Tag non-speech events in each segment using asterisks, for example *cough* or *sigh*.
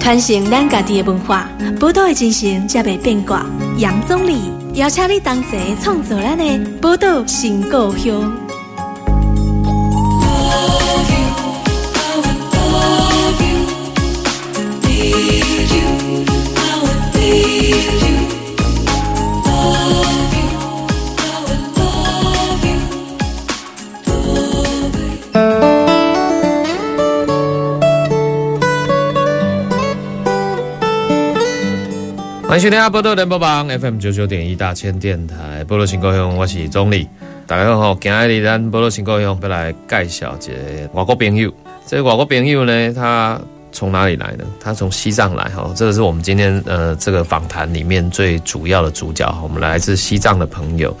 传承咱家己的文化，宝岛的精神才袂变卦。杨总理邀请你同齐创造咱的宝岛新故乡。欢迎收听《波多联播榜》FM 九九点一大千电台，波多新故乡，我是钟丽。大家好，今日咱波多新故乡要来介绍一个外国朋友。这个外国朋友呢，他从哪里来呢？他从西藏来哈，这个是我们今天呃这个访谈里面最主要的主角。我们来自西藏的朋友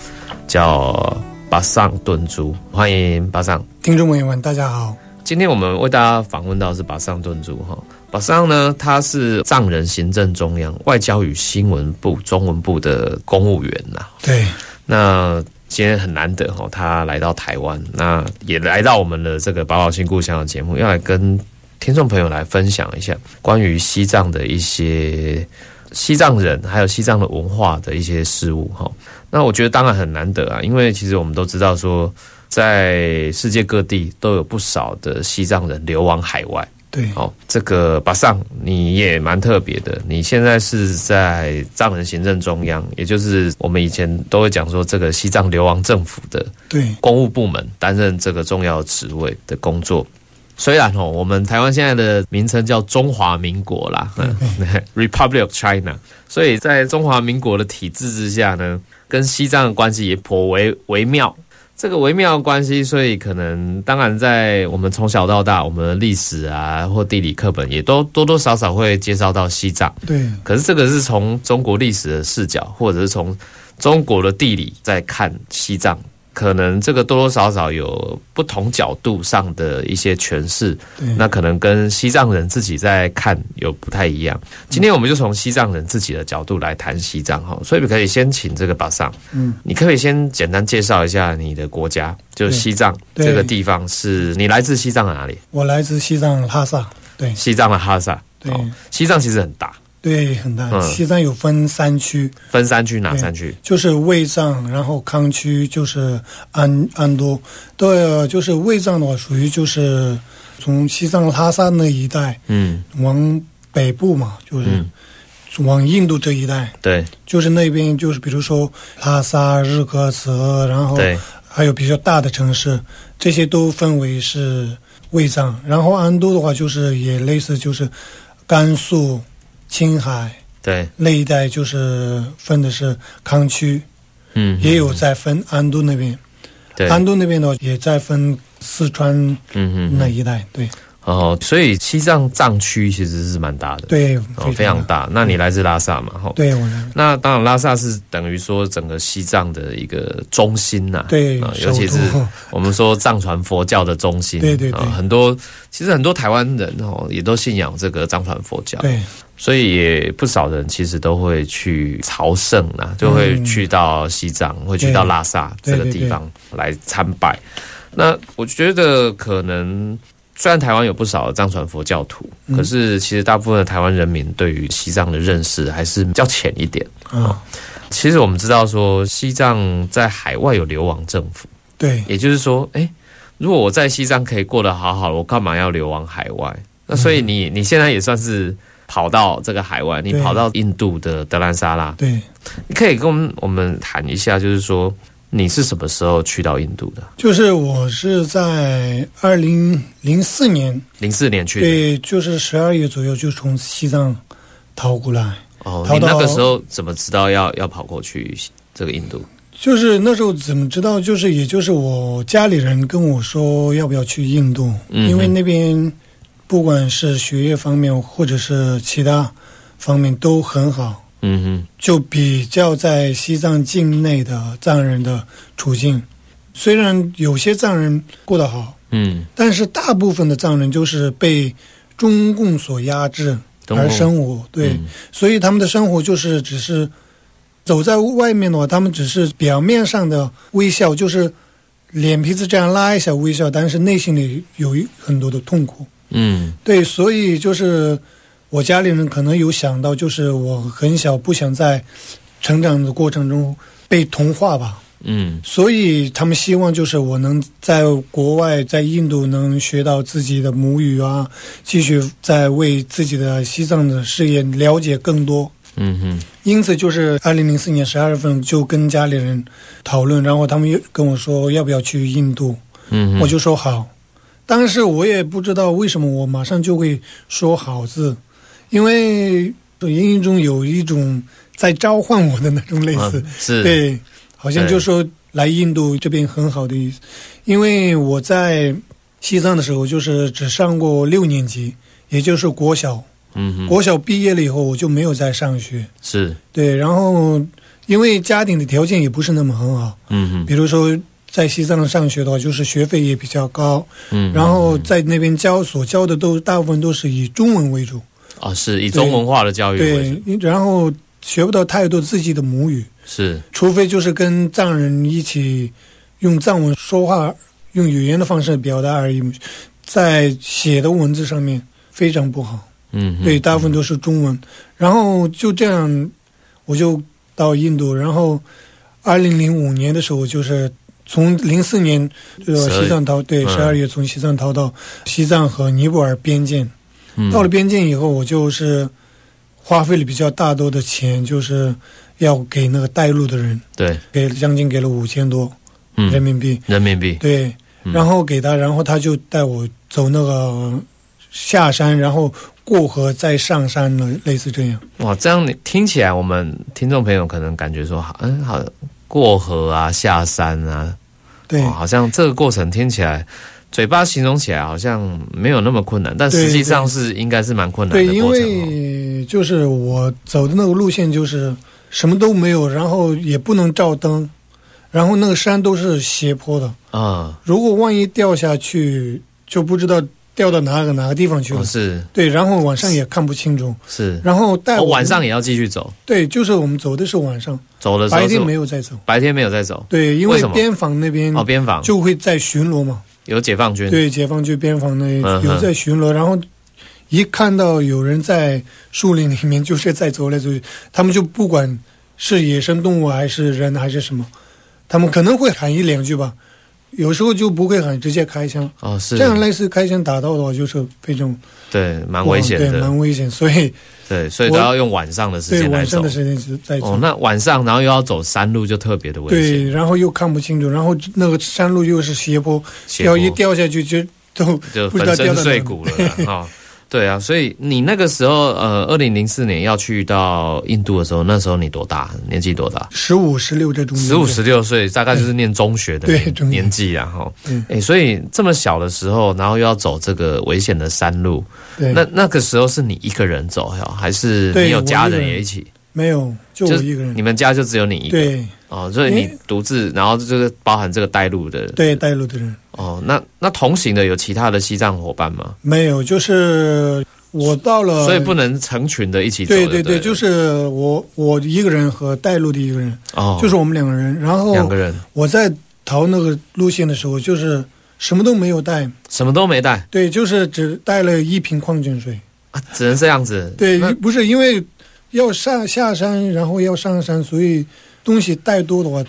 叫巴桑顿珠，欢迎巴桑。听众朋友们，大家好。今天我们为大家访问到是巴桑顿珠哈，巴桑呢，他是藏人行政中央外交与新闻部中文部的公务员呐、对，那今天很难得哈，他来到台湾，那也来到我们的这个宝岛新故乡的节目，要来跟听众朋友来分享一下关于西藏的一些西藏人还有西藏的文化的一些事物哈。那我觉得当然很难得啊，因为其实我们都知道说，在世界各地都有不少的西藏人流亡海外。对，好，这个巴桑你也蛮特别的，你现在是在藏人行政中央，也就是我们以前都会讲说这个西藏流亡政府的对，公务部门担任这个重要职位的工作。虽然哦，我们台湾现在的名称叫中华民国啦嗯 *laughs* ，Republic of China，所以在中华民国的体制之下呢，跟西藏的关系也颇为微妙。这个微妙的关系，所以可能当然在我们从小到大，我们的历史啊或地理课本也都多多少少会介绍到西藏。对，可是这个是从中国历史的视角，或者是从中国的地理在看西藏，可能这个多多少少有不同角度上的一些诠释，对，那可能跟西藏人自己在看有不太一样。今天我们就从西藏人自己的角度来谈西藏哈，所以可以先请这个巴桑，嗯，你可不可以先简单介绍一下你的国家，就是西藏对这个地方是你来自西藏的哪里？我来自西藏拉萨。对，西藏的哈萨，对，哦西藏其实很大，对，很大。嗯西藏有分三区，分山区哪对山区？就是卫藏，然后康区就是安安都。对，就是卫藏的话，属于就是从西藏拉萨那一带嗯往北部嘛，就是嗯，往印度这一带，对就是那边就是比如说拉萨、日喀则，然后对。还有比较大的城市，这些都分为是卫藏。然后安都的话，就是也类似就是甘肃、青海对，那一带，就是分的是康区，嗯，也有在分安都那边。对，安都那边的话，也在分四川嗯那嗯，一带。对哦，所以西藏藏区其实是蛮大的，，对，哦，非常。啊大。那你来自拉萨嘛，哈，。对，我来那当然，拉萨是等于说整个西藏的一个中心呐、对啊，首尤其是都。我们说藏传佛教的中心，对对啊对很多其实很多台湾人哦也都信仰这个藏传佛教，对啊所以也不少人其实都会去朝圣啊，就会去到西藏，会去到拉萨对这个地方来参拜。那我觉得可能。虽然台湾有不少藏传佛教徒，嗯可是其实大部分的台湾人民对于西藏的认识还是比较浅一点。啊，其实我们知道说，西藏在海外有流亡政府，对也就是说，哎、如果我在西藏可以过得好好的，我干嘛要流亡海外？那所以你你现在也算是跑到这个海外，你嗯对跑到印度的德兰萨拉，对。你可以跟我们我们谈一下，就是说你是什么时候去到印度的？就是我是在二零零四年零四年去的对，就是十二月左右就从西藏逃过来，哦，逃你到那个时候怎么知道要要跑过去这个印度？就是那时候怎么知道？就是也就是我家里人跟我说要不要去印度，嗯哼因为那边不管是学业方面或者是其他方面都很好，嗯哼，就比较在西藏境内的藏人的处境，虽然有些藏人过得好，嗯，但是大部分的藏人就是被中共所压制中而共生活，对。嗯所以他们的生活就是只是走在外面的话，他们只是表面上的微笑，就是脸皮子这样拉一下微笑，但是内心里有一很多的痛苦。嗯对，所以就是我家里人可能有想到，就是我很小不想在成长的过程中被同化吧，嗯所以他们希望就是我能在国外，在印度能学到自己的母语啊，继续在为自己的西藏的事业了解更多。嗯嗯因此，就是二零零四年十二月份就跟家里人讨论，然后他们又跟我说要不要去印度，嗯哼，我就说好。但是我也不知道为什么我马上就会说好字，因为英语中有一种在召唤我的那种类似，嗯是对，好像对就说来印度这边很好的意思，因为我在西藏的时候就是只上过六年级，也就是国小，嗯哼国小毕业了以后我就没有再上学，是对，然后因为家庭的条件也不是那么很好，嗯比哼如说在西藏上学的话，就是学费也比较高，嗯，然后在那边教所教的都大部分都是以中文为主，啊是以中文化的教育为主对，然后学不到太多自己的母语。是除非就是跟藏人一起用藏文说话，用语言的方式表达而已，在写的文字上面非常不好。嗯哼对，大部分都是中文。然后就这样，我就到印度。然后，二零零五年的时候，就是从零四年呃12西藏逃，对，嗯十二月从西藏逃到西藏和尼泊尔边境。嗯到了边境以后，我就是花费了比较大多的钱，就是要给那个带路的人，对给将近给了五千多人嗯民币，人民币对，嗯然后给他，然后他就带我走那个下山，然后过河再上山了，类似这样。哇，这样你听起来，我们听众朋友可能感觉说，好嗯，好过河啊，下山啊，对哦，好像这个过程听起来，嘴巴形容起来好像没有那么困难，但对实际上是应该是蛮困难对，的因过程、哦。为就是我走的那个路线就是什么都没有，然后也不能照灯，然后那个山都是斜坡的，啊、如果万一掉下去，就不知道掉到哪个哪个地方去了。哦是对，然后晚上也看不清楚，是，然后带哦我们、晚上也要继续走，对，就是我们走的是晚上，哦走的时候白是天没有再走。白天没有在走，对，因为为什么边防那边哦，边防就会在巡逻嘛。有解放军，对，解放军边防那嗯哼有在巡逻，然后一看到有人在树林里面就是在走来走去，他们就不管是野生动物还是人还是什么，他们可能会喊一两句吧，有时候就不会喊，直接开枪。哦是这，样类似开枪打到的话，就是非常对，蛮不好危险对，的，蛮危险。所以对，所以都要用晚上的时对间来晚上走的。时间是在走，哦，那晚上然后又要走山路，就特别的危险。对，然后又看不清楚，然后那个山路又是斜坡，斜要坡一掉下去就都就不知道粉掉身到碎哪。骨了啦 *laughs* 哈、对啊，所以你那个时候，呃，二零零四年要去到印度的时候，那时候你多大？年纪多大？十五、十六这中间，十五、十六岁，大概就是念中学的嗯对年中学年纪啊，哈。嗯哎、所以这么小的时候，然后又要走这个危险的山路，对，那那个时候是你一个人走呀，还是对你有家我一个人人也一起？没有，就我就一个人你。们家就只有你一个对哦，所以你因为独自，然后就是包含这个带路的对，带路的人哦。那那同行的有其他的西藏伙伴吗？没有，就是我到了，所以不能成群的一起走呃对的。对对对，了，就是我我一个人和带路的一个人，哦，就是我们两个人。然后两个人我在逃那个路线的时候，就是什么都没有带。什么都没带对，就是只带了一瓶矿泉水。啊，只能这样子。对那，不是因为要上下山，然后要上山，所以东西带多的话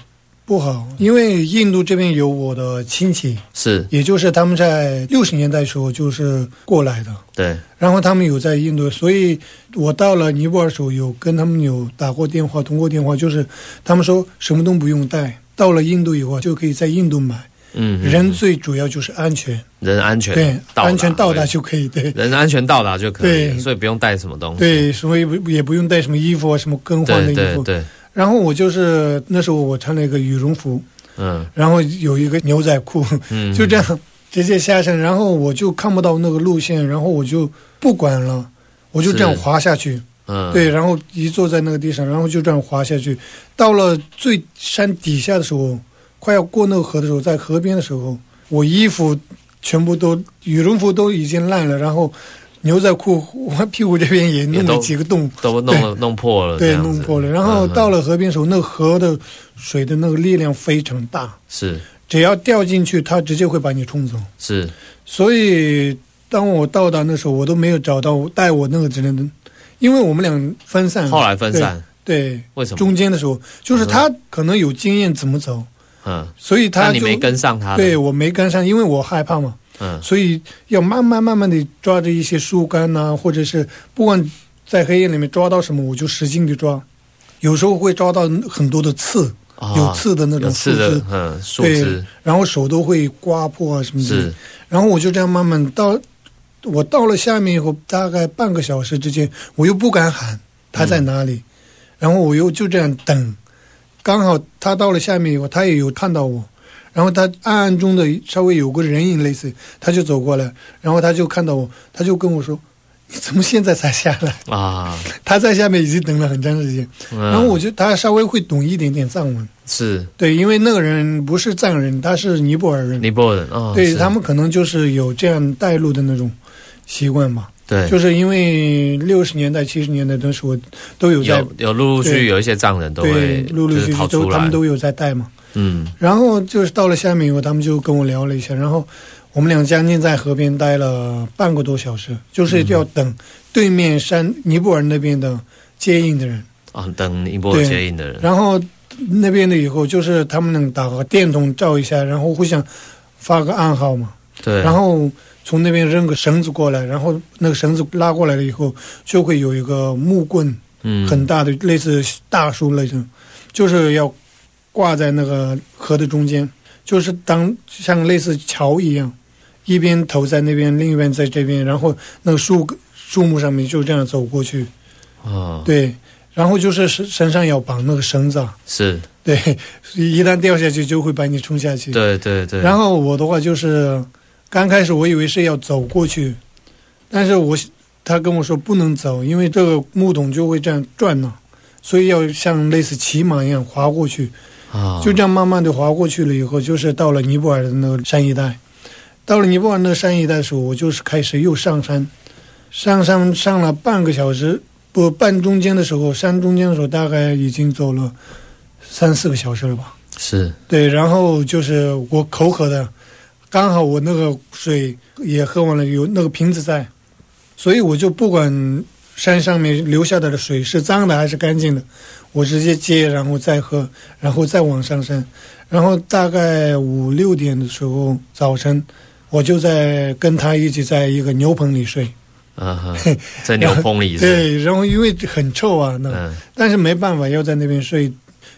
不好。因为印度这边有我的亲戚，是也就是他们在六十年代的时候就是过来的，对，然后他们有在印度，所以我到了尼泊尔的时候有跟他们有打过电话、通过电话，就是他们说什么都不用带，到了印度以后就可以在印度买。嗯，人最主要就是安全，人安全对，达安全到对达嗯就可以，对。人安全到达就可以了，对所以不用带什么东西。对，所以不也不用带什么衣服啊，什么更换对的衣对服。对，然后我就是那时候我穿了一个羽绒服，嗯然后有一个牛仔裤，嗯，就这样直接下山。然后我就看不到那个路线，然后我就不管了，我就这样是滑下去。嗯，对，然后一坐在那个地上，然后就这样滑下去。到了最山底下的时候，快要过那个河的时候，在河边的时候，我衣服全部都羽绒服都已经烂了，然后牛仔裤我屁股这边也弄也了都几个洞。都弄了弄破了，这对，样子弄破了。然后嗯到了河边的时候，那个河的水的那个力量非常大，是只要掉进去，它直接会把你冲走。是所以当我到达那时候，我都没有找到带我那个职能的，因为我们俩分散了。后来嗯分散，嗯对，为什么？中间的时候，就是他可能有经验怎么走，嗯，所以那他你就没跟上他，对，我没跟上，因为我害怕嘛，嗯所以要慢慢慢慢的抓着一些树干呐、或者是不管在黑夜里面抓到什么，我就使劲的抓，有时候会抓到很多的刺，哦有刺的那有种刺树枝的，，嗯，树对枝，然后手都会刮破啊什么的是，，然后我就这样慢慢到，我到了下面以后，大概半个小时之间，我又不敢喊他在哪里，然后我又就这样等，刚好他到了下面以后，他也有看到我，然后他暗暗中的稍微有个人影类似，他就走过来，然后他就看到我，他就跟我说：“你怎么现在才下来 *laughs* 啊，？”他在下面已经等了很长时间，然嗯然后我就他稍微会懂一点点藏文，是对，因为那个人不是藏人，他是尼泊尔人。尼泊尔人啊，对是他们可能就是有这样带路的那种习惯吧，对就是因为六十年代、七十年代的时候都有在有有陆陆续续对有一些藏人都对会陆陆续就是续逃都出他来们，都有在带嘛。嗯然后就是到了下面以后，他们就跟我聊了一下，然后我们俩将近在河边待了半个多小时，就是要等对面山尼泊尔那边的接应的人。啊，等尼泊尔对接应的人，然后那边的以后就是他们能打个电筒照一下，然后互相发个暗号嘛。对，然后从那边扔个绳子过来，然后那个绳子拉过来了以后，就会有一个木棍，嗯很大的类似大树类似，就是要挂在那个河的中间，就是当像类似桥一样，一边投在那边，另一边在这边，然后那个树树木上面就这样走过去，啊，对，然后就是身身上要绑那个绳子啊，是对，一旦掉下去就会把你冲下去，对对对，然后我的话就是，刚开始我以为是要走过去，但是我他跟我说不能走，因为这个木桶就会这样转呢、所以要像类似骑马一样滑过去，啊，就这样慢慢的滑过去了以后，就是到了尼泊尔的那个山一带。到了尼泊尔那个山一带的时候，我就是开始又上山，上山上了半个小时，不半中间的时候，山中间的时候大概已经走了三四个小时了吧。是对，然后就是我口渴的，刚好我那个水也喝完了，有那个瓶子在，所以我就不管山上面流下来的水是脏的还是干净的，我直接接，然后再喝，然后再往上山。然后大概五六点的时候，早晨，我就在跟他一起在一个牛棚里睡。啊 *laughs* 哈，在牛棚里是，对，然后因为很臭啊，那、嗯，但是没办法要在那边睡，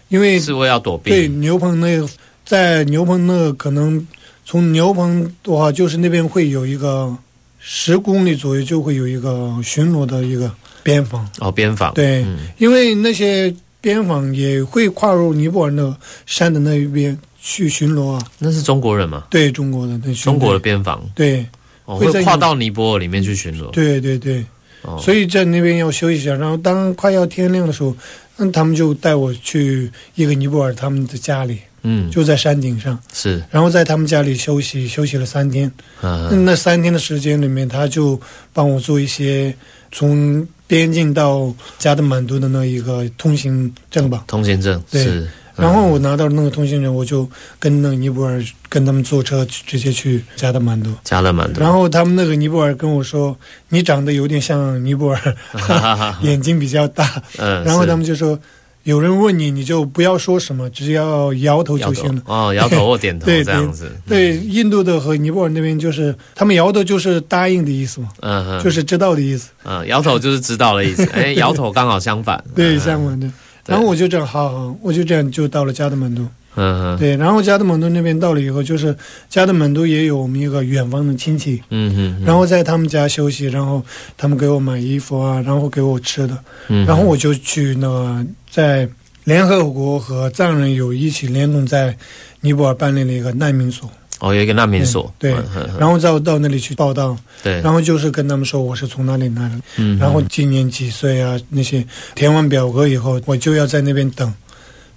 因为是为了要躲对，避，牛棚那个在牛棚那个可能从牛棚的话，就是那边会有一个十公里左右就会有一个巡逻的一个边防，哦，边防，对嗯因为那些边防也会跨入尼泊尔那山的那一边去巡逻啊，那是中国人嘛，对中国的那巡逻中国的边防对哦会在会跨到尼泊尔里面去巡逻，对对对，哦所以在那边要休息一下，然后当快要天亮的时候，嗯，他们就带我去一个尼泊尔他们的家里，嗯，就在山顶上，是，然后在他们家里休息，休息了三天。嗯那三天的时间里面，他就帮我做一些从边境到加德满都的那一个通行证吧。通行证对是，然后我拿到那个通行证，我就跟那个尼泊尔跟他们坐车去直接去加德满都。加勒满 *laughs* 然的，后他们那个尼泊尔跟我说：“你长得有点像尼泊尔， *laughs* 眼睛比较大。”嗯，然后是他们就说：“有人问你，你就不要说什么，只要摇头摇就头嗯行了。”哦，摇头或点头 *laughs* 对这样子，对，印度的和尼泊尔那边就是他们摇头就是答应的意思嘛，嗯哼，就是知道的意思。嗯，摇头就是知道的 *laughs* 意思，哎，摇头刚好相反，对，嗯相，反的。对然后我就这样，好好，我就这样就到了加德满都。嗯哼，对，然后加德满都那边到了以后，就是加德满都也有我们一个远方的亲戚，嗯哼，然后在他们家休息，然后他们给我买衣服啊，然后给我吃的，嗯哼，然后我就去那个在联合国和藏人有一起联动在尼泊尔办理了一个难民所，哦，有一个难民所，对嗯哼然后再到那里去报道，对，然后就是跟他们说我是从哪里来的，嗯哼然后今年几岁啊？那些填完表格以后，我就要在那边等，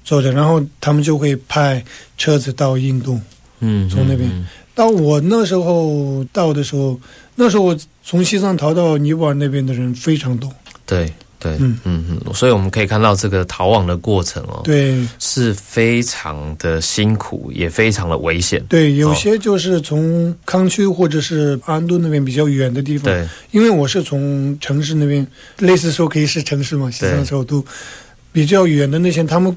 坐着，然后他们就会派车子到印度。嗯，从那边嗯到我那时候哦到的时候，那时候我从西藏逃到尼泊尔那边的人非常多，对，对，嗯嗯嗯，所以我们可以看到这个逃亡的过程哦，对是非常的辛苦，也非常的危险。对，有些就是从康区或者是安顿那边比较远的地方，对因为我是从城市那边，类似说可以是城市嘛，西藏首都比较远的那些，他们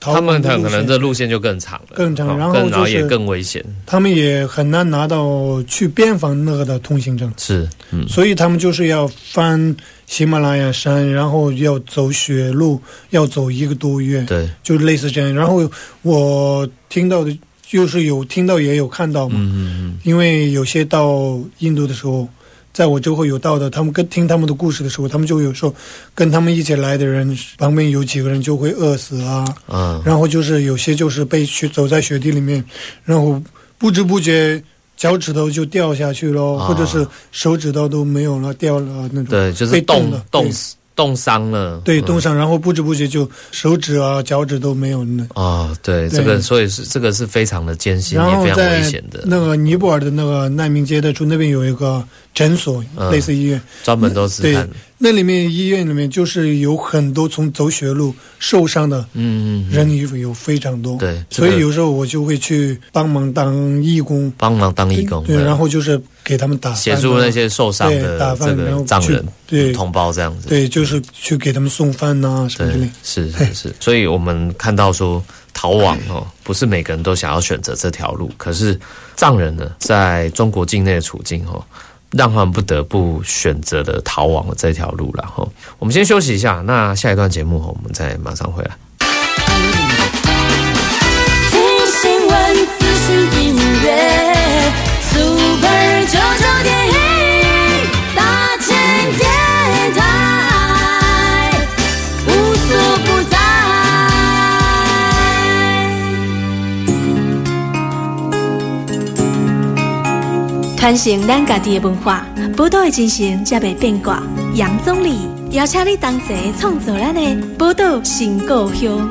逃他亡的们可路能线这路线就更长了，更长哦然后更然后就是也更危险。他们也很难拿到去边防那个的通行证，是，嗯，所以他们就是要翻喜马拉雅山，然后要走雪路，要走一个多月，对，就类似这样。然后我听到的，就是有听到也有看到嘛，嗯嗯因为有些到印度的时候，在我周围有到的，他们跟听他们的故事的时候，他们就有说，跟他们一起来的人旁边有几个人就会饿死啊，嗯，啊，然后就是有些就是被雪走在雪地里面，然后不知不觉脚趾头就掉下去喽，啊或者是手指头都没有了掉了那种。对，就是被冻冻了冻对死冻伤了，对，嗯冻伤，然后不知不觉就手指啊、脚趾都没有了。啊，对，对这个所以是这个是非常的艰辛，然也后非常在危险的，那个尼泊尔的那个难民接待处那边有一个诊所，嗯类似医院，专门都是对看，那里面医院里面就是有很多从走雪路受伤的嗯嗯，嗯人有有非常多，对，这所个以有时候我就会去帮忙当义工，帮忙当义工，对，对然后就是给他们打饭啊协助那些受伤对打的这饭，然个后藏去人对同胞这样子，对，就是去给他们送饭呐、什么之类对，，是是是，所以我们看到说逃亡哦，不是每个人都想要选择这条路，可是藏人呢，在中国境内的处境哦，让他们不得不选择了逃亡的这条路了哈、哦。我们先休息一下，那下一段节目哦我们再马上回来。听新闻，资讯音乐，Super 九九点一，大千电台，无所不在。传承咱家己的文化，宝岛的精神才袂变卦。杨总理邀请你同齐创造咱的宝岛新故乡。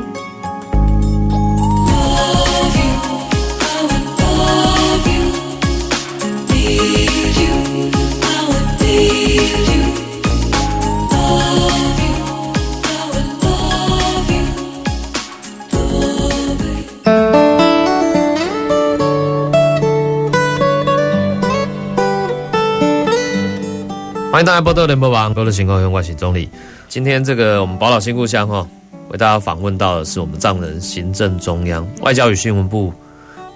欢迎大家波多联播网，各位情况我是总理。今天这个我们宝岛新故乡哈、哦，为大家访问到的是我们藏人行政中央外交与新闻部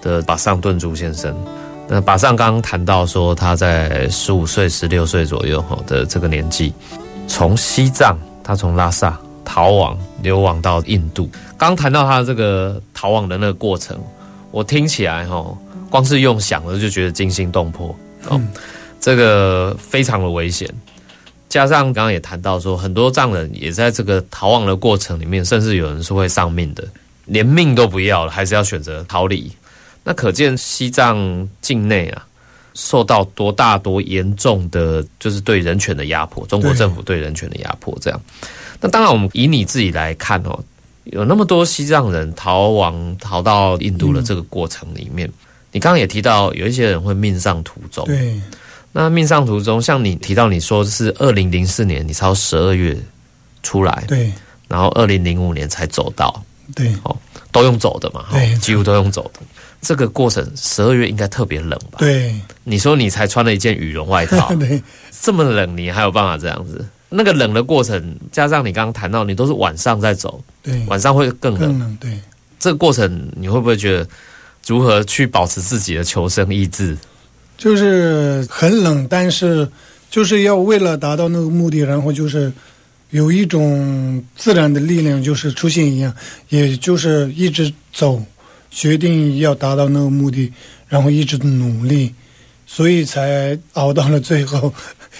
的巴尚顿珠先生。那巴尚刚刚谈到说，他在十五岁、十六岁左右哈的这个年纪，从西藏，他从拉萨逃亡流亡到印度。刚谈到他这个逃亡的那个过程，我听起来哈、哦，光是用想的就觉得惊心动魄哦。嗯这个非常的危险。加上刚刚也谈到说，很多藏人也在这个逃亡的过程里面，甚至有人是会丧命的，连命都不要了，还是要选择逃离。那可见西藏境内啊，受到多大多严重的就是对人权的压迫，中国对政府对人权的压迫这样。那当然，我们以你自己来看哦，有那么多西藏人逃亡逃到印嗯度的这个过程里面，你刚刚也提到有一些人会命丧途中，对那命丧途中，像你提到你说是二零零四年，你超十二月出来，对然后二零零五年才走到，对都用走的嘛，哈对几乎都用走的。这个过程十二月应该特别冷吧？对，你说你才穿了一件羽绒外套 *laughs* 对这么冷你还有办法这样子？那个冷的过程，加上你刚刚谈到你都是晚上在走，对，晚上会更冷更。冷对。这个过程你会不会觉得如何去保持自己的求生意志？就是很冷，但是就是要为了达到那个目的，然后就是有一种自然的力量，就是出现一样，也就是一直走，决定要达到那个目的，然后一直努力，所以才熬到了最后。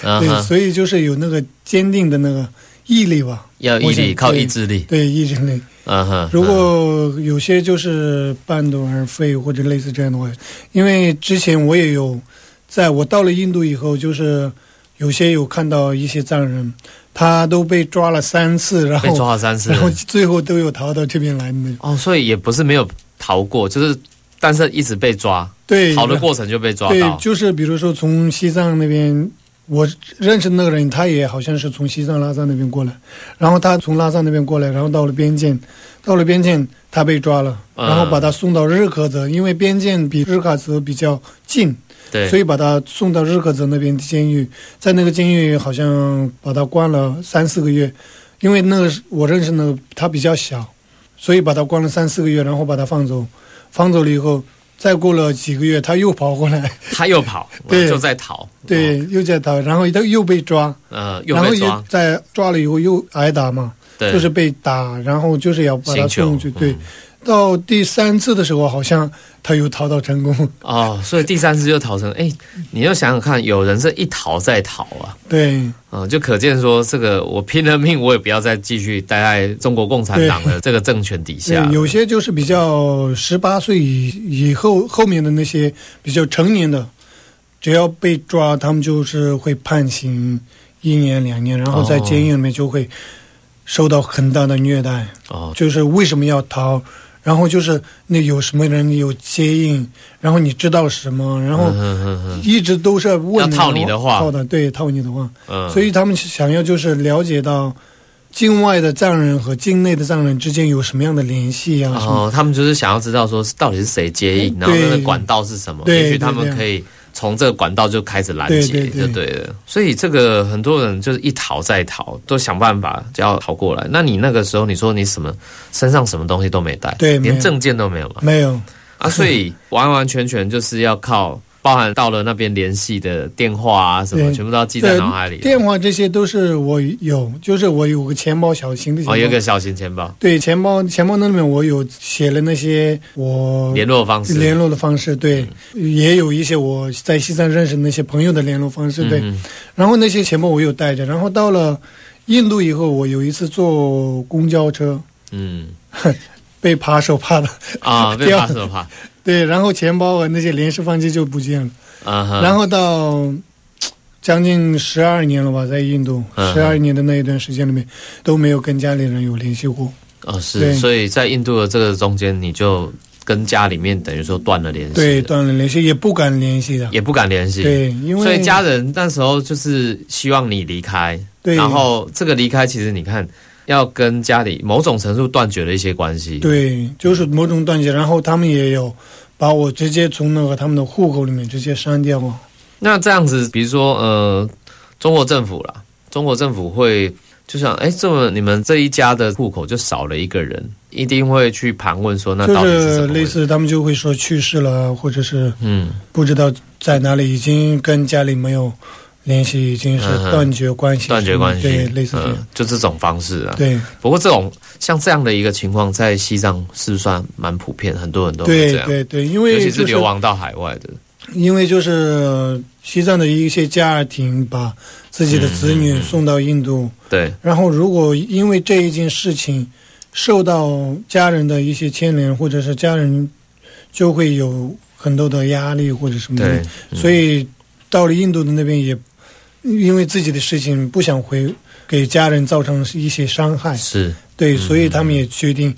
啊对，哈，所以就是有那个坚定的那个毅力吧，要毅我想力，靠对意志力。对意志力。嗯哼，如果有些就是半途而废或者类似这样的话，因为之前我也有，在我到了印度以后，就是有些有看到一些藏人，他都被抓了三次，然被抓后了三次然，后最后都有逃到这边来的那种。哦，所以也不是没有逃过，就是但是一直被抓，对，逃的过程就被抓对，到，就是比如说从西藏那边我认识那个人，他也好像是从西藏拉萨那边过来，然后他从拉萨那边过来，然后到了边境，到了边境他被抓了，嗯然后把他送到日喀则，因为边境比日喀则比较近，对，所以以把他送到日喀则那边的监狱，在那个监狱好像把他关了三四个月，因为那个是我认识那个他比较小，所以把他关了三四个月，然后把他放走，放走了以后，再过了几个月他又跑过来，他又跑，对就在逃，哦对，又在逃，然后他又被抓，呃，又然后被又抓，在抓了以后又挨打嘛，对，就是被打，然后就是要把他刑求送去，对嗯，到第三次的时候好像他又逃到成功，哦，所以第三次就逃成，哎，你就想想看，有人是一逃再逃啊。对，啊、就可见说，这个我拼了命，我也不要再继续待在中国共产党的这个政权底下对，。有些就是比较十八岁以以后后面的那些比较成年的，只要被抓，他们就是会判刑一年两年，然后在哦监狱里面就会受到很大的虐待。哦，就是为什么要逃，然后就是那有什么人有接应，然后你知道什么，然后嗯嗯一直都是问要套你的话套的对，套你的话。嗯所以他们想要就是了解到境外的藏人和境内的藏人之间有什么样的联系啊什么。哦，他们就是想要知道说是到底是谁接应，然后那个管道是什么，对也许他们对对可以从这个管道就开始拦截，对对就对对了。所以这个很多人就是一逃再逃，都想办法就要逃过来。那你那个时候你说你什么身上什么东西都没带，对没连有证件都没 *laughs* 有嘛？没有，啊，所以完完全全就是要靠。包含到了那边联系的电话啊，什么对全部都要记在对脑海里。电话这些都是我有，就是我有个钱包，小型的钱包。哦，有一个小型钱包，对钱包，钱包那里面我有写了那些我联络方式。哦联络的方式，对，也有一些我在西藏认识的那些朋友的联络方式，对。嗯然后那些钱包我有带着，然后到了印度以后，我有一次坐公交车嗯被扒手扒的，啊， *laughs* 被电怕话什么怕？ *laughs* 对，然后钱包和那些联系方式就不见了。嗯哼，然后到嘖将近十二年了吧，在印度嗯十二年的那一段时间里面都没有跟家里人有联系过，哦，是，对所以在印度的这个中间，你就跟家里面等于说断了联系，对，，断了联系，也不敢联系的，也不敢联系，，对，因为所以家人那时候就是希望你离开，对，然后这个离开其实你看要跟家里某种程度断绝了一些关系，，对，就是某种断绝，然后他们也有把我直接从那个他们的户口里面直接删掉啊。那这样子，比如说呃，中国政府啦，中国政府会就想，哎，这么你们这一家的户口就少了一个人，一定会去盘问说，那就到底是是什么？类，似他们就会说去世了，啊或者是嗯，不知道在哪里，已经跟家里没有联系，已经是嗯哼断绝关系，断绝关系，对，类似这样嗯，就这种方式啊，对不过这种像这样的一个情况，在西藏是不是算蛮普遍，很多人都会这对样，对对，因尤为其就是是流亡到海外的。因为就是呃西藏的一些家庭把自己的子嗯女送到印度，对，然后，如果因为这一件事情受到家人的一些牵连，或者是家人就会有很多的压力或者什么对的，所以到了印度的那边也因为自己的事情不想回给家人造成一些伤害，是，对，所以他们也决定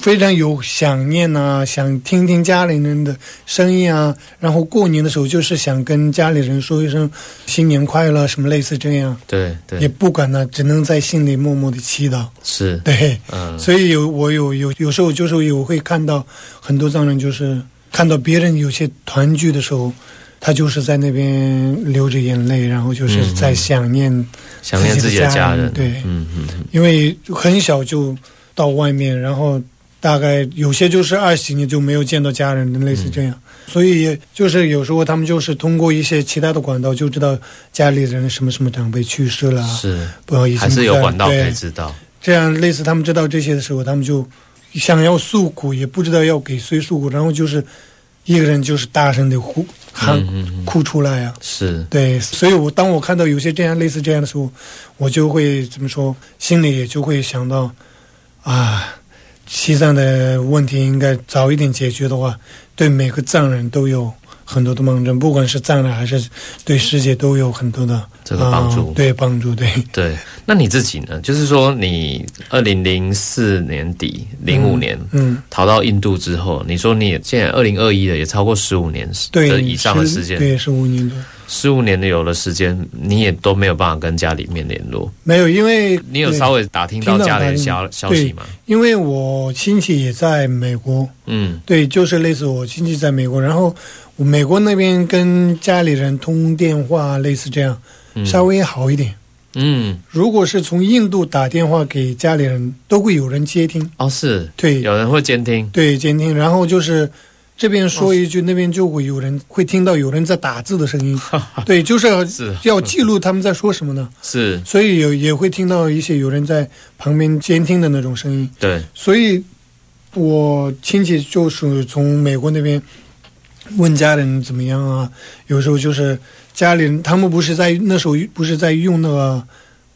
非常有想念啊，想听听家里人的声音啊，然后过年的时候就是想跟家里人说一声新年快乐，什么类似这样。对也对不敢呢，只能在心里默默的祈祷。是，对，嗯，所以有我有有有时候就是有会看到很多藏人，就是看到别人有些团聚的时候，他就是在那边流着眼泪，然后就是在想念，嗯想念自己的家人，自己的家人对嗯嗯嗯，因为很小就到外面，然后大概有些就是二十几年就没有见到家人，类似嗯这样。所以就是有时候他们就是通过一些其他的管道就知道家里人什么什么长辈去世了，是，不好意思，还是有不在管道可对以知道，这样类似他们知道这些的时候，他们就想要诉苦，也不知道要给谁诉苦，然后就是一个人就是大声的哭喊、嗯嗯嗯，哭出来呀、是，对，所以我当我看到有些这样类似这样的时候，我就会怎么说，心里也就会想到啊，西藏的问题应该早一点解决的话，对每个藏人都有很多的帮助，不管是藏人还是对世界都有很多的这个帮助啊对帮助，对。对，那你自己呢？就是说，你二零零四年底、零五年、嗯，逃到印度之后，你说你也现在二零二一了，也超过十五年的对，以上的是时间，对，是五年多。十五年的有的时间，你也都没有办法跟家里面联络。没有，因为你有对稍微打听到家里的消听到打消听息吗？因为我亲戚也在美国，嗯，对，就是类似我亲戚在美国，然后我美国那边跟家里人通电话，类似这样，嗯稍微好一点。嗯，如果是从印度打电话给家里人，都会有人接听，哦，是对有人会监听，对，监听。然后就是这边哦说一句，那边就会有人会听到有人在打字的声音，对，就是要是嗯要记录他们在说什么呢，是，所以有也会听到一些有人在旁边监听的那种声音。对，所以，我亲戚就是从美国那边问家人怎么样啊，有时候就是家里人他们不是在那时候不是在用那个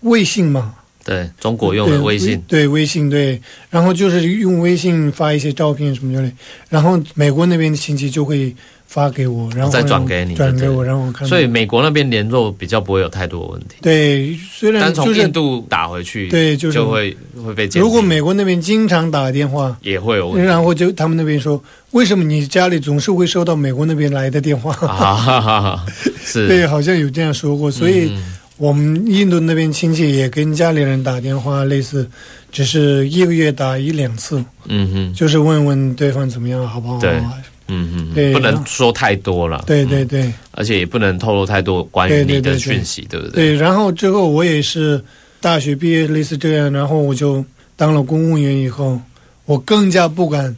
微信嘛，对中国用的对微信，对微信对，然后就是用微信发一些照片什么之类，然后美国那边的亲戚就会发给我，然后再转给你转给对我，然后我看，所以美国那边联络比较不会有太多的问题。对，虽然但从就是印度打回去，对就是就会会被监听。如果美国那边经常打电话，也会有问题然后就他们那边说，为什么你家里总是会收到美国那边来的电话？ *laughs* 啊，哈哈哈，是，对，好像有这样说过，所以嗯我们印度那边亲戚也跟家里人打电话，类似，只是一个月打一两次，嗯哼，就是问问对方怎么样，好不好？对嗯哼，对不然能后说太多了，对对对而且也不能透露太多关于对你对的对对讯息，对不对？对。然后之后我也是大学毕业，类似这样，然后我就当了公务员以后，我更加不敢，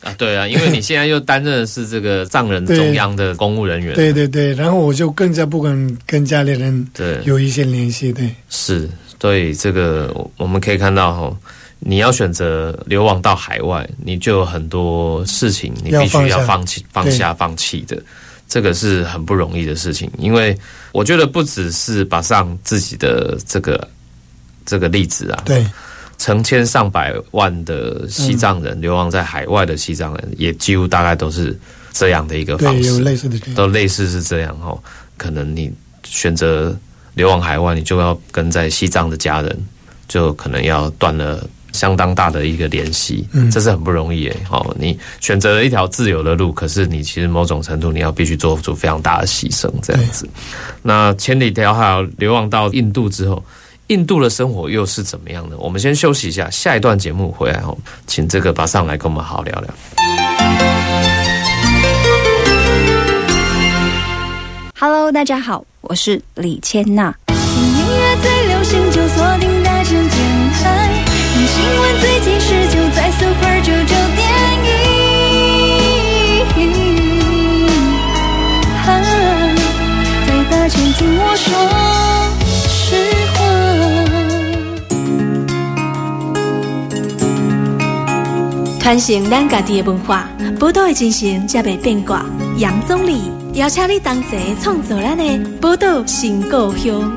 啊，对啊，因为你现在又担任的是这个藏人中央的公务人员，对对对，然后我就更加不敢跟家里人对有一些联系，对。是，所以这个我我们可以看到哈，你要选择流亡到海外，你就有很多事情你必须要要放放下弃、放对下、放弃的，这个是很不容易的事情。因为我觉得不只是把上自己的这个这个例子啊，对，成千上百万的西藏嗯人、流亡在海外的西藏人，也几乎大概都是这样的一个方对，有式，类似的这样。都类似是这样哦。可能你选择流亡海外，你就要跟在西藏的家人，就可能要断了相当大的一个联系，嗯这是很不容易诶。哦，你选择了一条自由的路，可是你其实某种程度你要必须做出非常大的牺牲，这样子。那千里迢迢流亡到印度之后。印度的生活又是怎么样呢？我们先休息一下，下一段节目回来哦，请这个巴上来跟我们好好聊聊。 Hello，大家好，我是李千娜。听音乐最流行就锁定大千电台，听新闻最及时就在 Super 九九点一。啊，在大千听我说实话。传承咱家己的文化，宝岛的精神才袂变卦。杨总理邀请你同齐创造咱的宝岛新故乡。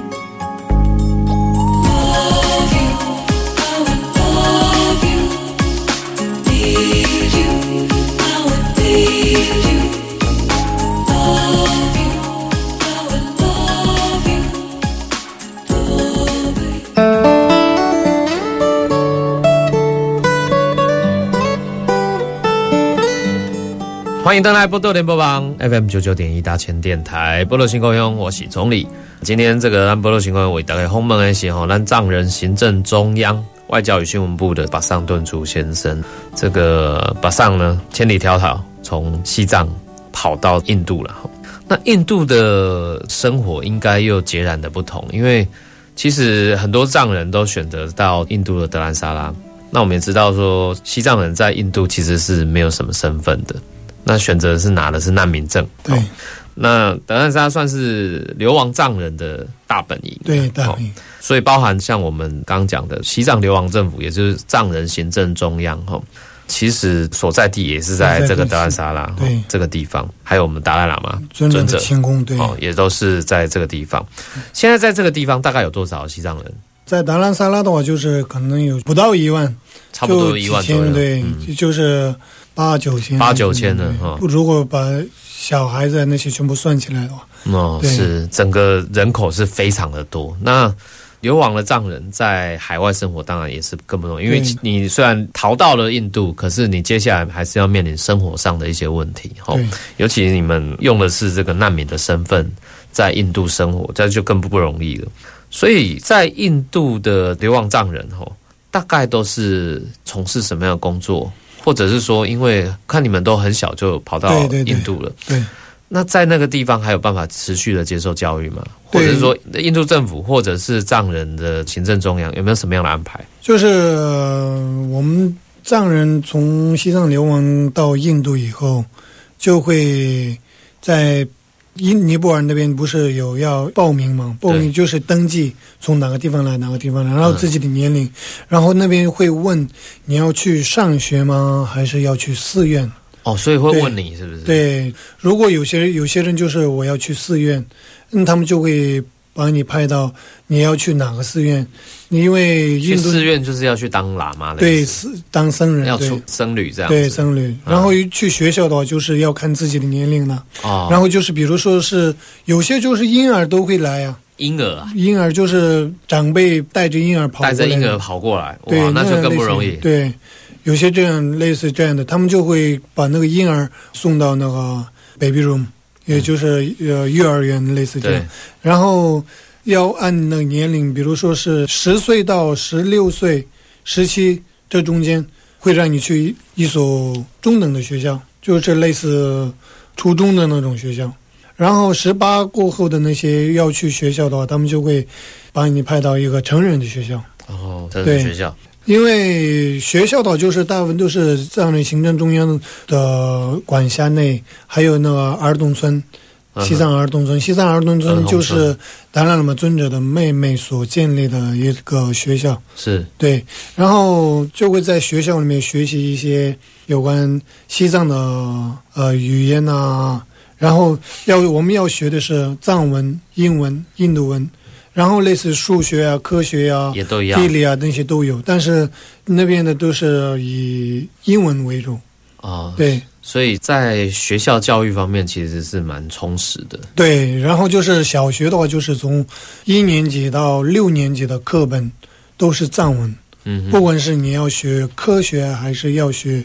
欢迎登来波多联播网 FM 九九点一大千电台波罗行高兄，我是总理。今天这个咱波罗行高兄，为大家访问的是吼，咱藏人行政中央外交与新闻部的巴桑顿楚先生。这个巴桑呢，千里迢迢从西藏跑到印度了。吼那印度的生活应该又截然的不同，因为其实很多藏人都选择到印度的德兰萨拉。那我们也知道说，西藏人在印度其实是没有什么身份的。那选择是拿的是难民证。对哦那德兰莎算是流亡藏人的大本营，对，大哦明，所以包含像我们刚讲的西藏流亡政府，也就是藏人行政中央，哈、其实所在地也是在在这个德这个兰是萨拉、哦对这个地方，还有我们达赖喇嘛尊者尊的者清宫对，哦，也都是在这个地方。现在在这个地方大概有多少西藏人？在达兰萨拉的话，就是可能有不到一万，差不多一万就几左千右，对，嗯就是八九千，八九千了啊哦对哈如果把小孩子啊那些全部算起来的话，哦，对是整个人口是非常的多。那流亡的藏人在海外生活，当然也是更不容易，因为对你虽然逃到了印度，可是你接下来还是要面临生活上的一些问题。哈、对尤其你们用的是这个难民的身份在印度生活，这就更不容易了。所以在印度的流亡藏人，哈、大概都是从事什么样的工作？或者是说，因为看你们都很小就跑到对对对印度了，对，那在那个地方还有办法持续的接受教育吗？或对者是说，印度政府或者是藏人的行政中央有没有什么样的安排？就是、呃我们藏人从西藏流亡到印度以后，就会在印尼泊尔那边不是有要报名吗？报名就是登记从哪个地方来哪个地方来，然后自己的年龄，然后那边会问你要去上学吗？还是要去寺院？哦，所以会对问你是不是？，对，如果有些有些人就是我要去寺院，嗯，他们就会把你派到你要去哪个寺院，你因为去印度寺院就是要去当喇嘛的对意思，是当僧人要对出僧侣这样对子。嗯僧侣，然后去学校的话就是要看自己的年龄了，哦，然后就是比如说是有些就是婴儿都会来呀、婴儿啊，婴儿就是长辈带着婴儿跑带过着来婴儿跑过来，对哇，，那样就更类不似容易。对，有些这样类似这样的，他们就会把那个婴儿送到那个 baby room，也就是呃幼儿园类似这样对。然后要按那个年龄，比如说是十岁到十六岁、十七这中间，会让你去一所中等的学校，就是类似初中的那种学校。然后十八过后的那些要去学校的话，他们就会把你派到一个成人的学校。哦，这是对学校因为学校的就是大部分都是藏人行政中央的管辖内，还有那个儿童村，嗯哼西藏儿童村，西藏儿童儿童村村就是达赖喇嘛尊者的妹妹所建立的一个学校，是对，然后就会在学校里面学习一些有关西藏的呃语言呐、然后要我们要学的是藏文、英文、印度文，然后类似数学啊、科学啊，也都一样地理啊那些都有，但是那边的都是以英文为主。哦。对所以在学校教育方面其实是蛮充实的。对，然后就是小学的话，就是从一年级到六年级的课本都是藏文，嗯不哼，管是你要学科学，还是要学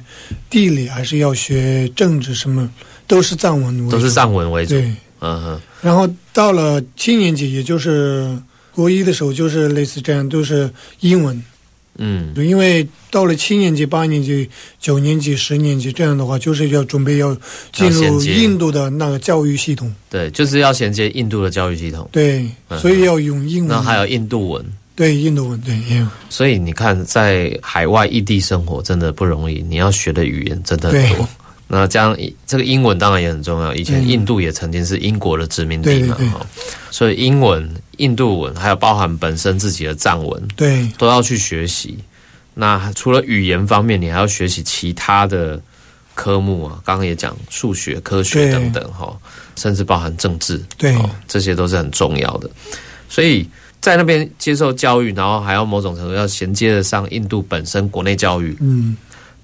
地理，还是要学政治什么，都是藏文为主。都是藏文为主。对，嗯哼，然后到了七年级，也就是国一的时候，就是类似这样，都是英文。嗯，因为到了七年级、八年级、九年级、十年级这样的话，就是要准备要进要衔入接印度的那个教育系统，对，就是要衔接印度的教育系统，对，嗯所以要用英那文，还有印度文。对印度文，对英文，所以你看，在海外异地生活真的不容易，你要学的语言真的很对多。那加上这个英文当然也很重要，以前嗯印度也曾经是英国的殖民地嘛，对对对哦所以英文、印度文还有包含本身自己的藏文对都要去学习。那除了语言方面，你还要学习其他的科目啊，刚刚也讲数学、科学对等等哈，哦甚至包含政治。对哦，这些都是很重要的。所以在那边接受教育，然后还要某种程度要衔接得上印度本身国内教育，嗯，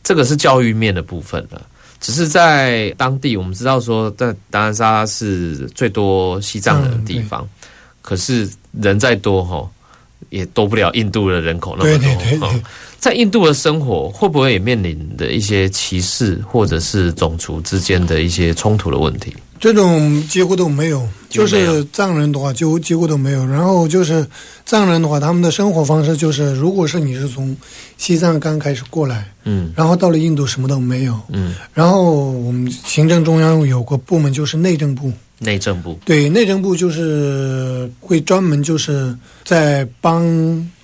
这个是教育面的部分了。只是在当地，我们知道说，在达兰萨拉是最多西藏人的地方，嗯可是人再多哈，也多不了印度的人口那么对多。对哦对对，在印度的生活会不会也面临的一些歧视或者是种族之间的一些冲突的问题？这种几乎都没有，几乎就没有是藏人的话，就几乎都没有。然后就是藏人的话，他们的生活方式就是，如果是你是从西藏刚开始过来，嗯然后到了印度什么都没有，嗯，然后我们行政中央有个部门就是内政部。内政部对，内政部就是会专门就是在帮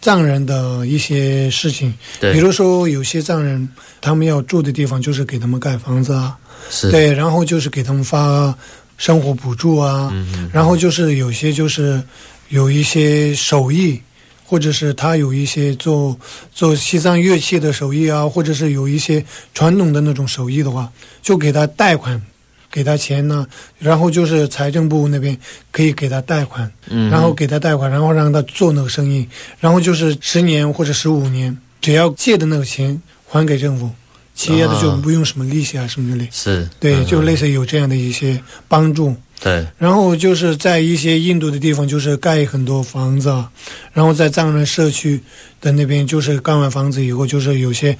藏人的一些事情，对，比如说有些藏人他们要住的地方就是给他们盖房子啊，是对，然后就是给他们发生活补助啊，嗯然后就是有些就是有一些手艺。或者是他有一些做做西藏乐器的手艺啊，或者是有一些传统的那种手艺的话，就给他贷款，给他钱呢、然后就是财政部那边可以给他贷款，嗯然后给他贷款，然后让他做那个生意，然后就是十年或者十五年，只要借的那个钱还给政府，企业的这啊种不用什么利息啊什么之类，是，对，嗯就类嗯似有这样的一些帮助。对，然后就是在一些印度的地方，就是盖很多房子啊，然后在藏人社区的那边，就是盖完房子以后，就是有些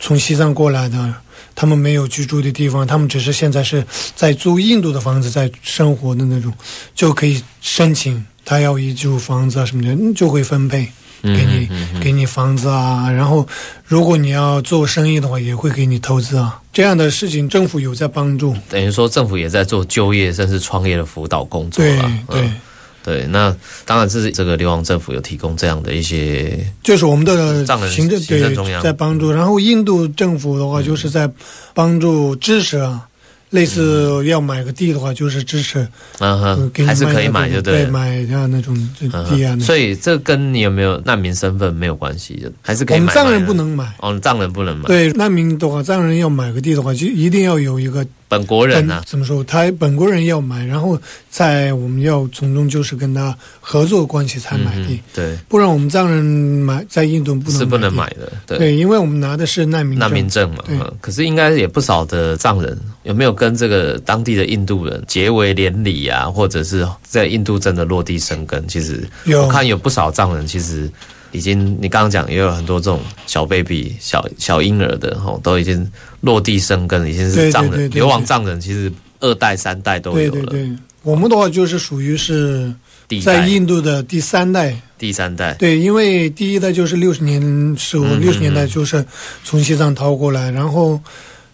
从西藏过来的，他们没有居住的地方，他们只是现在是在租印度的房子在生活的那种，就可以申请他要一住房子啊什么的，嗯就会分配给你、给你房子啊，然后如果你要做生意的话，也会给你投资啊，这样的事情政府有在帮助，等于说政府也在做就业甚至创业的辅导工作对了。对。嗯对，那当然是这个流亡政府有提供这样的一些就是我们的藏人行政行政对中央嗯在帮助，然后印度政府的话就是在帮助支持啊，类似要买个地的话就是支持，啊哈呃给，嗯你还是可以卖买那就对种对，了。买下那种这嗯地啊哼，那所以这跟你有没有难民身份没有关系的，还是可我以们买。藏人不，能买。哦，藏人不能买，对难民的话，藏人要买个地的话，就一定要有一个本国人本呐、啊，怎么说，他本国人要买，然后在我们要从中就是跟他合作关系才买地嗯，对，不然我们藏人买在印度不能是不能地买。的，对，对，因为我们拿的是难民难证民证嘛。对嗯，可是应该也不少的藏人有没有跟这个当地的印度人结为连理啊，或者是在印度真的落地生根？其实有我看有不少藏人其实。已经，你刚刚讲也有很多这种小 baby、小小婴儿的吼，都已经落地生根，已经是对藏人，对对对流亡对藏人，其实二代、三代都有对了。对对，我们的话就是属于是第一代在印度的第三代，第三代，对，因为第一代就是六十年时候，嗯六十年代嗯就是从西藏逃过来，然后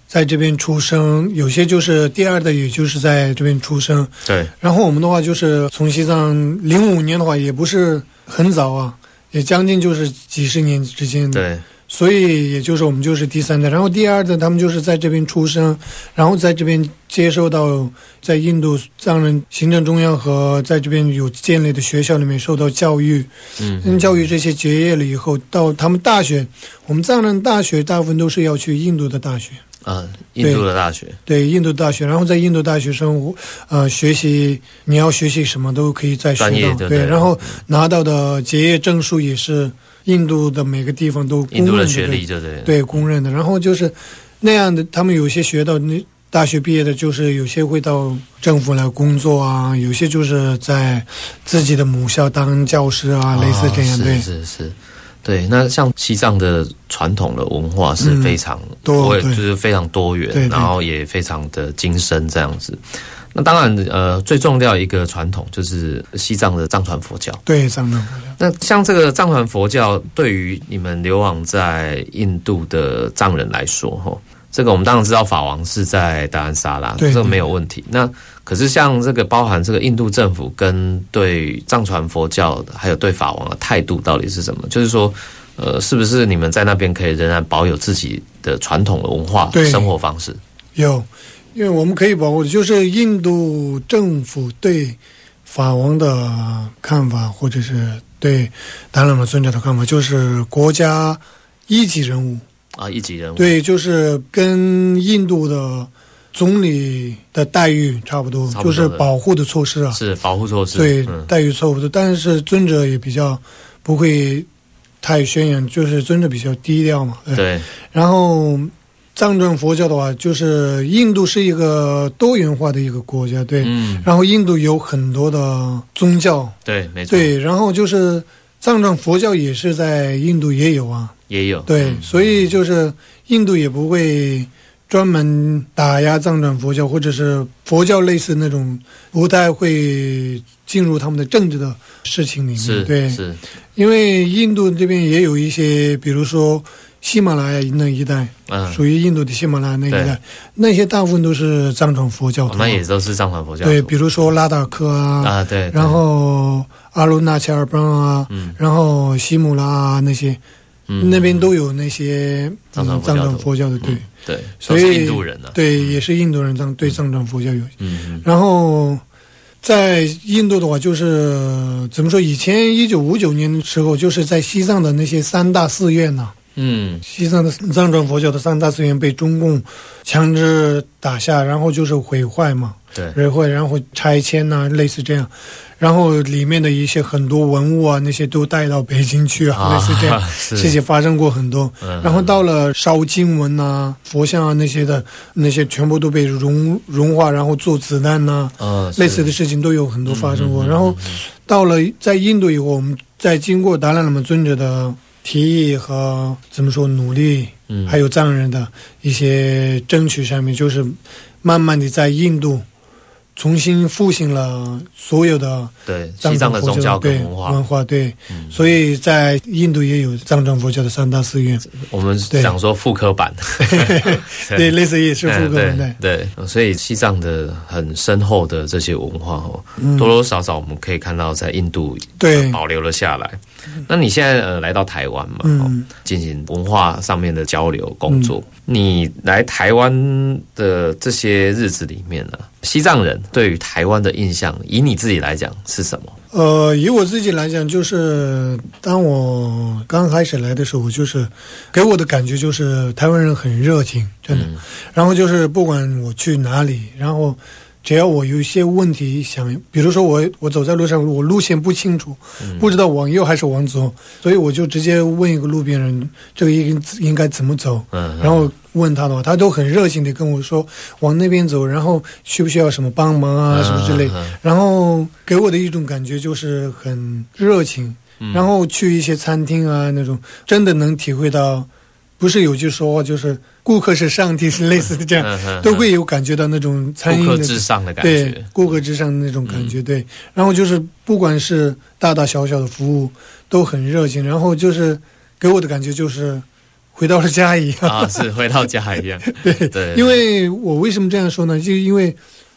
在这边出生，有些就是第二代，也就是在这边出生，对，然后我们的话就是从西藏零五年的话也不是很早啊，也将近就是几十年之间的，对，所以也就是我们就是第三代，然后第二代他们就是在这边出生，然后在这边接受到在印度藏人行政中央和在这边有建立的学校里面受到教育，嗯嗯，教育这些结业了以后，到他们大学，我们藏人大学大部分都是要去印度的大学，啊，印度的大学，对，印度大学，然后在印度大学生活，呃，学习你要学习什么都可以在学专业到，就对对，了然后拿到的结业证书也是印度的每个地方都公印度认的的学对历就对，，对，公认的。然后就是那样的，他们有些学到那大学毕业的，就是有些会到政府来工作啊，有些就是在自己的母校当教师啊，类似这样。对哦是，是是。对，那像西藏的传统的文化是嗯非常多也就对是非常多对元，对然后也非常的精深这样子。那当然，呃，最重要一个传统就是西藏的藏传佛教。对，藏人。那像这个藏传佛教，对于你们流亡在印度的藏人来说，哈，这个我们当然知道，法王是在达兰萨拉，对这个没有问题。那可是像这个包含这个印度政府跟对藏传佛教还有对法王的态度到底是什么？就是说，呃，是不是你们在那边可以仍然保有自己的传统的文化对生活方式？有，因为我们可以保护，就是印度政府对法王的看法，或者是对达赖喇嘛尊者的看法，就是国家一级人物，啊，一级人物，对，就是跟印度的总理的待遇差不多，差不就多是的保护的措施啊，是保护措施，对，嗯，待遇差不多，但是尊者也比较不会太宣扬，就是尊者比较低调嘛，对对，然后藏传佛教的话，就是印度是一个多元化的一个国家，对。嗯，然后印度有很多的宗教，对，没错，对。然后就是藏传佛教也是在印度也有啊，也有，对。所以就是印度也不会专门打压藏传佛教，或者是佛教类似那种，不太会进入他们的政治的事情里是面，对。是，因为印度这边也有一些，比如说喜马拉雅那一带。嗯，属于印度的喜马拉雅那一对带，那些大部分都是藏传佛教哦徒，那也都是藏传佛教徒。对，比如说拉达克啊，啊，对，然后阿鲁纳恰尔邦啊，嗯然后西姆拉啊那些，嗯那边都有那些藏传嗯佛教徒藏传佛教的，对，对，所所以以印度人呢、啊，对，也是印度人藏对藏传佛教有，嗯，嗯然后。在印度的话，就是怎么说？以前一九五九年的时候，就是在西藏的那些三大寺院呢、嗯西藏的藏传佛教的三大寺院被中共强制打下，然后就是毁坏嘛，对，毁坏，然后拆迁呐、类似这样。然后里面的一些很多文物啊，那些都带到北京去啊，类似这样， *laughs* 是这些发生过很多。嗯然后到了烧经文呐、佛像啊那些的，那些全部都被融融化，然后做子弹呐、嗯类似的事情都有很多发生嗯过。嗯嗯然后到了在印度以后，我们在经过达赖喇嘛尊者的提议和怎么说努力，嗯还有藏人的一些争取上面，就是慢慢的在印度重新复兴了所有的对西藏的佛宗教对嗯跟文化，嗯文化对，所以在印度也有藏传佛教的三大寺院，我们对讲说复刻版， *laughs* *laughs* 对，类似也是复嗯刻文代，对对，所以西藏的很深厚的这些文化哦，多多少少我们可以看到在印度嗯对，保留了下来。那你现在呃来到台湾嘛，哦嗯，进行文化上面的交流工作。你来台湾的这些日子里面呢、西藏人对于台湾的印象，以你自己来讲是什么？呃，以我自己来讲，就是当我刚开始来的时候，我就是给我的感觉就是台湾人很热情，真的。嗯然后就是不管我去哪里，然后只要我有一些问题想，比如说我我走在路上，我路线不清楚，不知道往右还是往左，所以我就直接问一个路边人，这个应应该怎么走。嗯，然后问他的话，他都很热情的跟我说往那边走，然后需不需要什么帮忙啊，什么之类。嗯然后给我的一种感觉就是很热情，嗯然后去一些餐厅啊那种，真的能体会到，不是有句说话就是顾客是上帝， *laughs* 是类似的这样，嗯嗯都会有感觉到那种餐顾饮客的至上的感嗯对觉。顾客至上的那种感觉，对。然后就是不管是大大小小的服务都很热情，然后就是给我的感觉就是回到了家一样。啊，是回到家一 *laughs* 样，对对，因为我为什么这样说呢？就因为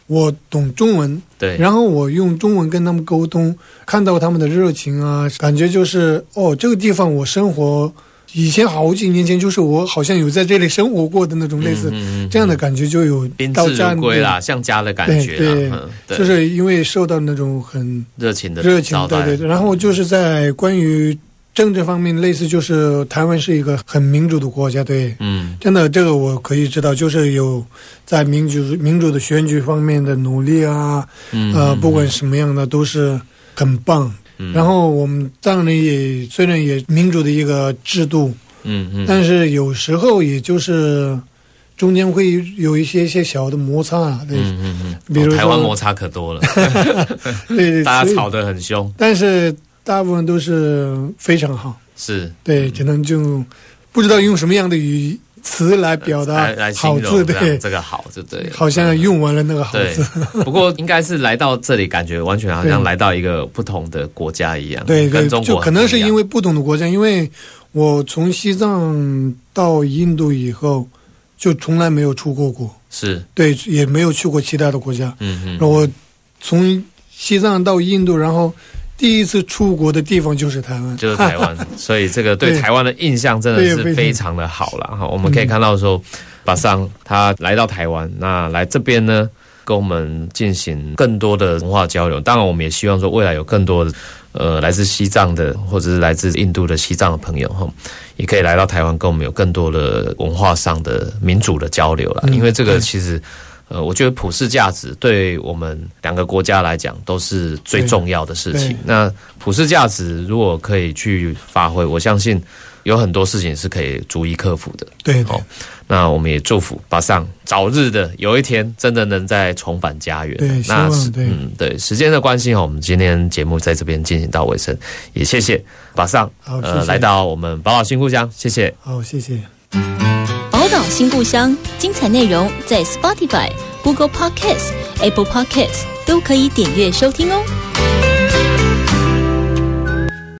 我懂中文，对，然后我用中文跟他们沟通，看到他们的热情啊，感觉就是哦，这个地方我生活，以前好几年前就是我好像有在这里生活过的那种类似、嗯嗯嗯这样的感觉，就有宾到至家如归啦，像家的感对觉啦，对嗯对就是因为受到那种很热情的热情招，待对对。对然后就是在关于政治方面，类似就是台湾是一个很民主的国家，对，嗯真的，这个我可以知道，就是有在民主民主的选举方面的努力啊，嗯呃，不管什么样的都是很棒。嗯然后我们当然也虽然也民主的一个制度，嗯嗯，但是有时候也就是中间会有一些一些小的摩擦啊，对、嗯嗯嗯比如哦台湾说摩擦可多了， *laughs* 对对，大所家以吵得很凶，但是大部分都是非常好，是对，只能就不知道用什么样的语词来表达来来啊好形字，容这样对，这个好就对了，嗯好像用完了那个好对字。，不过应该是来到这里，感觉完全好像对来到一个不同的国家一样，对对跟中，就国可很不一样能是因为不同的国家，因为我从西藏到印度以后，就从来没有出过国，是对，也没有去过其他的国家。嗯然后嗯我从西藏到印度，然后第一次出国的地方就是台湾，就是台湾，所以这个对对台湾的印象真的是非对非常的好了哈。我们可以看到说，巴桑他来到台湾，那来这边呢，跟我们进行更多的文化交流。当然，我们也希望说未来有更多的呃来自西藏的或者是来自印度的西藏的朋友哈，也可以来到台湾，跟我们有更多的文化上的民主的交流啦。因为这个其实。呃，我觉得普世价值对我们两个国家来讲都是最对重要的事情对。那普世价值如果可以去发挥，我相信有很多事情是可以逐一克服的。对好那我们也祝福巴桑早日的有一天真的能再重返家园。对希那望是对嗯对，时间的关系哈，我们今天节目在这边进行到尾声，也谢谢巴桑好呃谢谢来到我们宝岛新故乡，谢谢。好，谢谢。宝岛新故乡，精彩内容在 Spotify、Google Podcasts、Apple Podcasts 都可以点阅收听哦。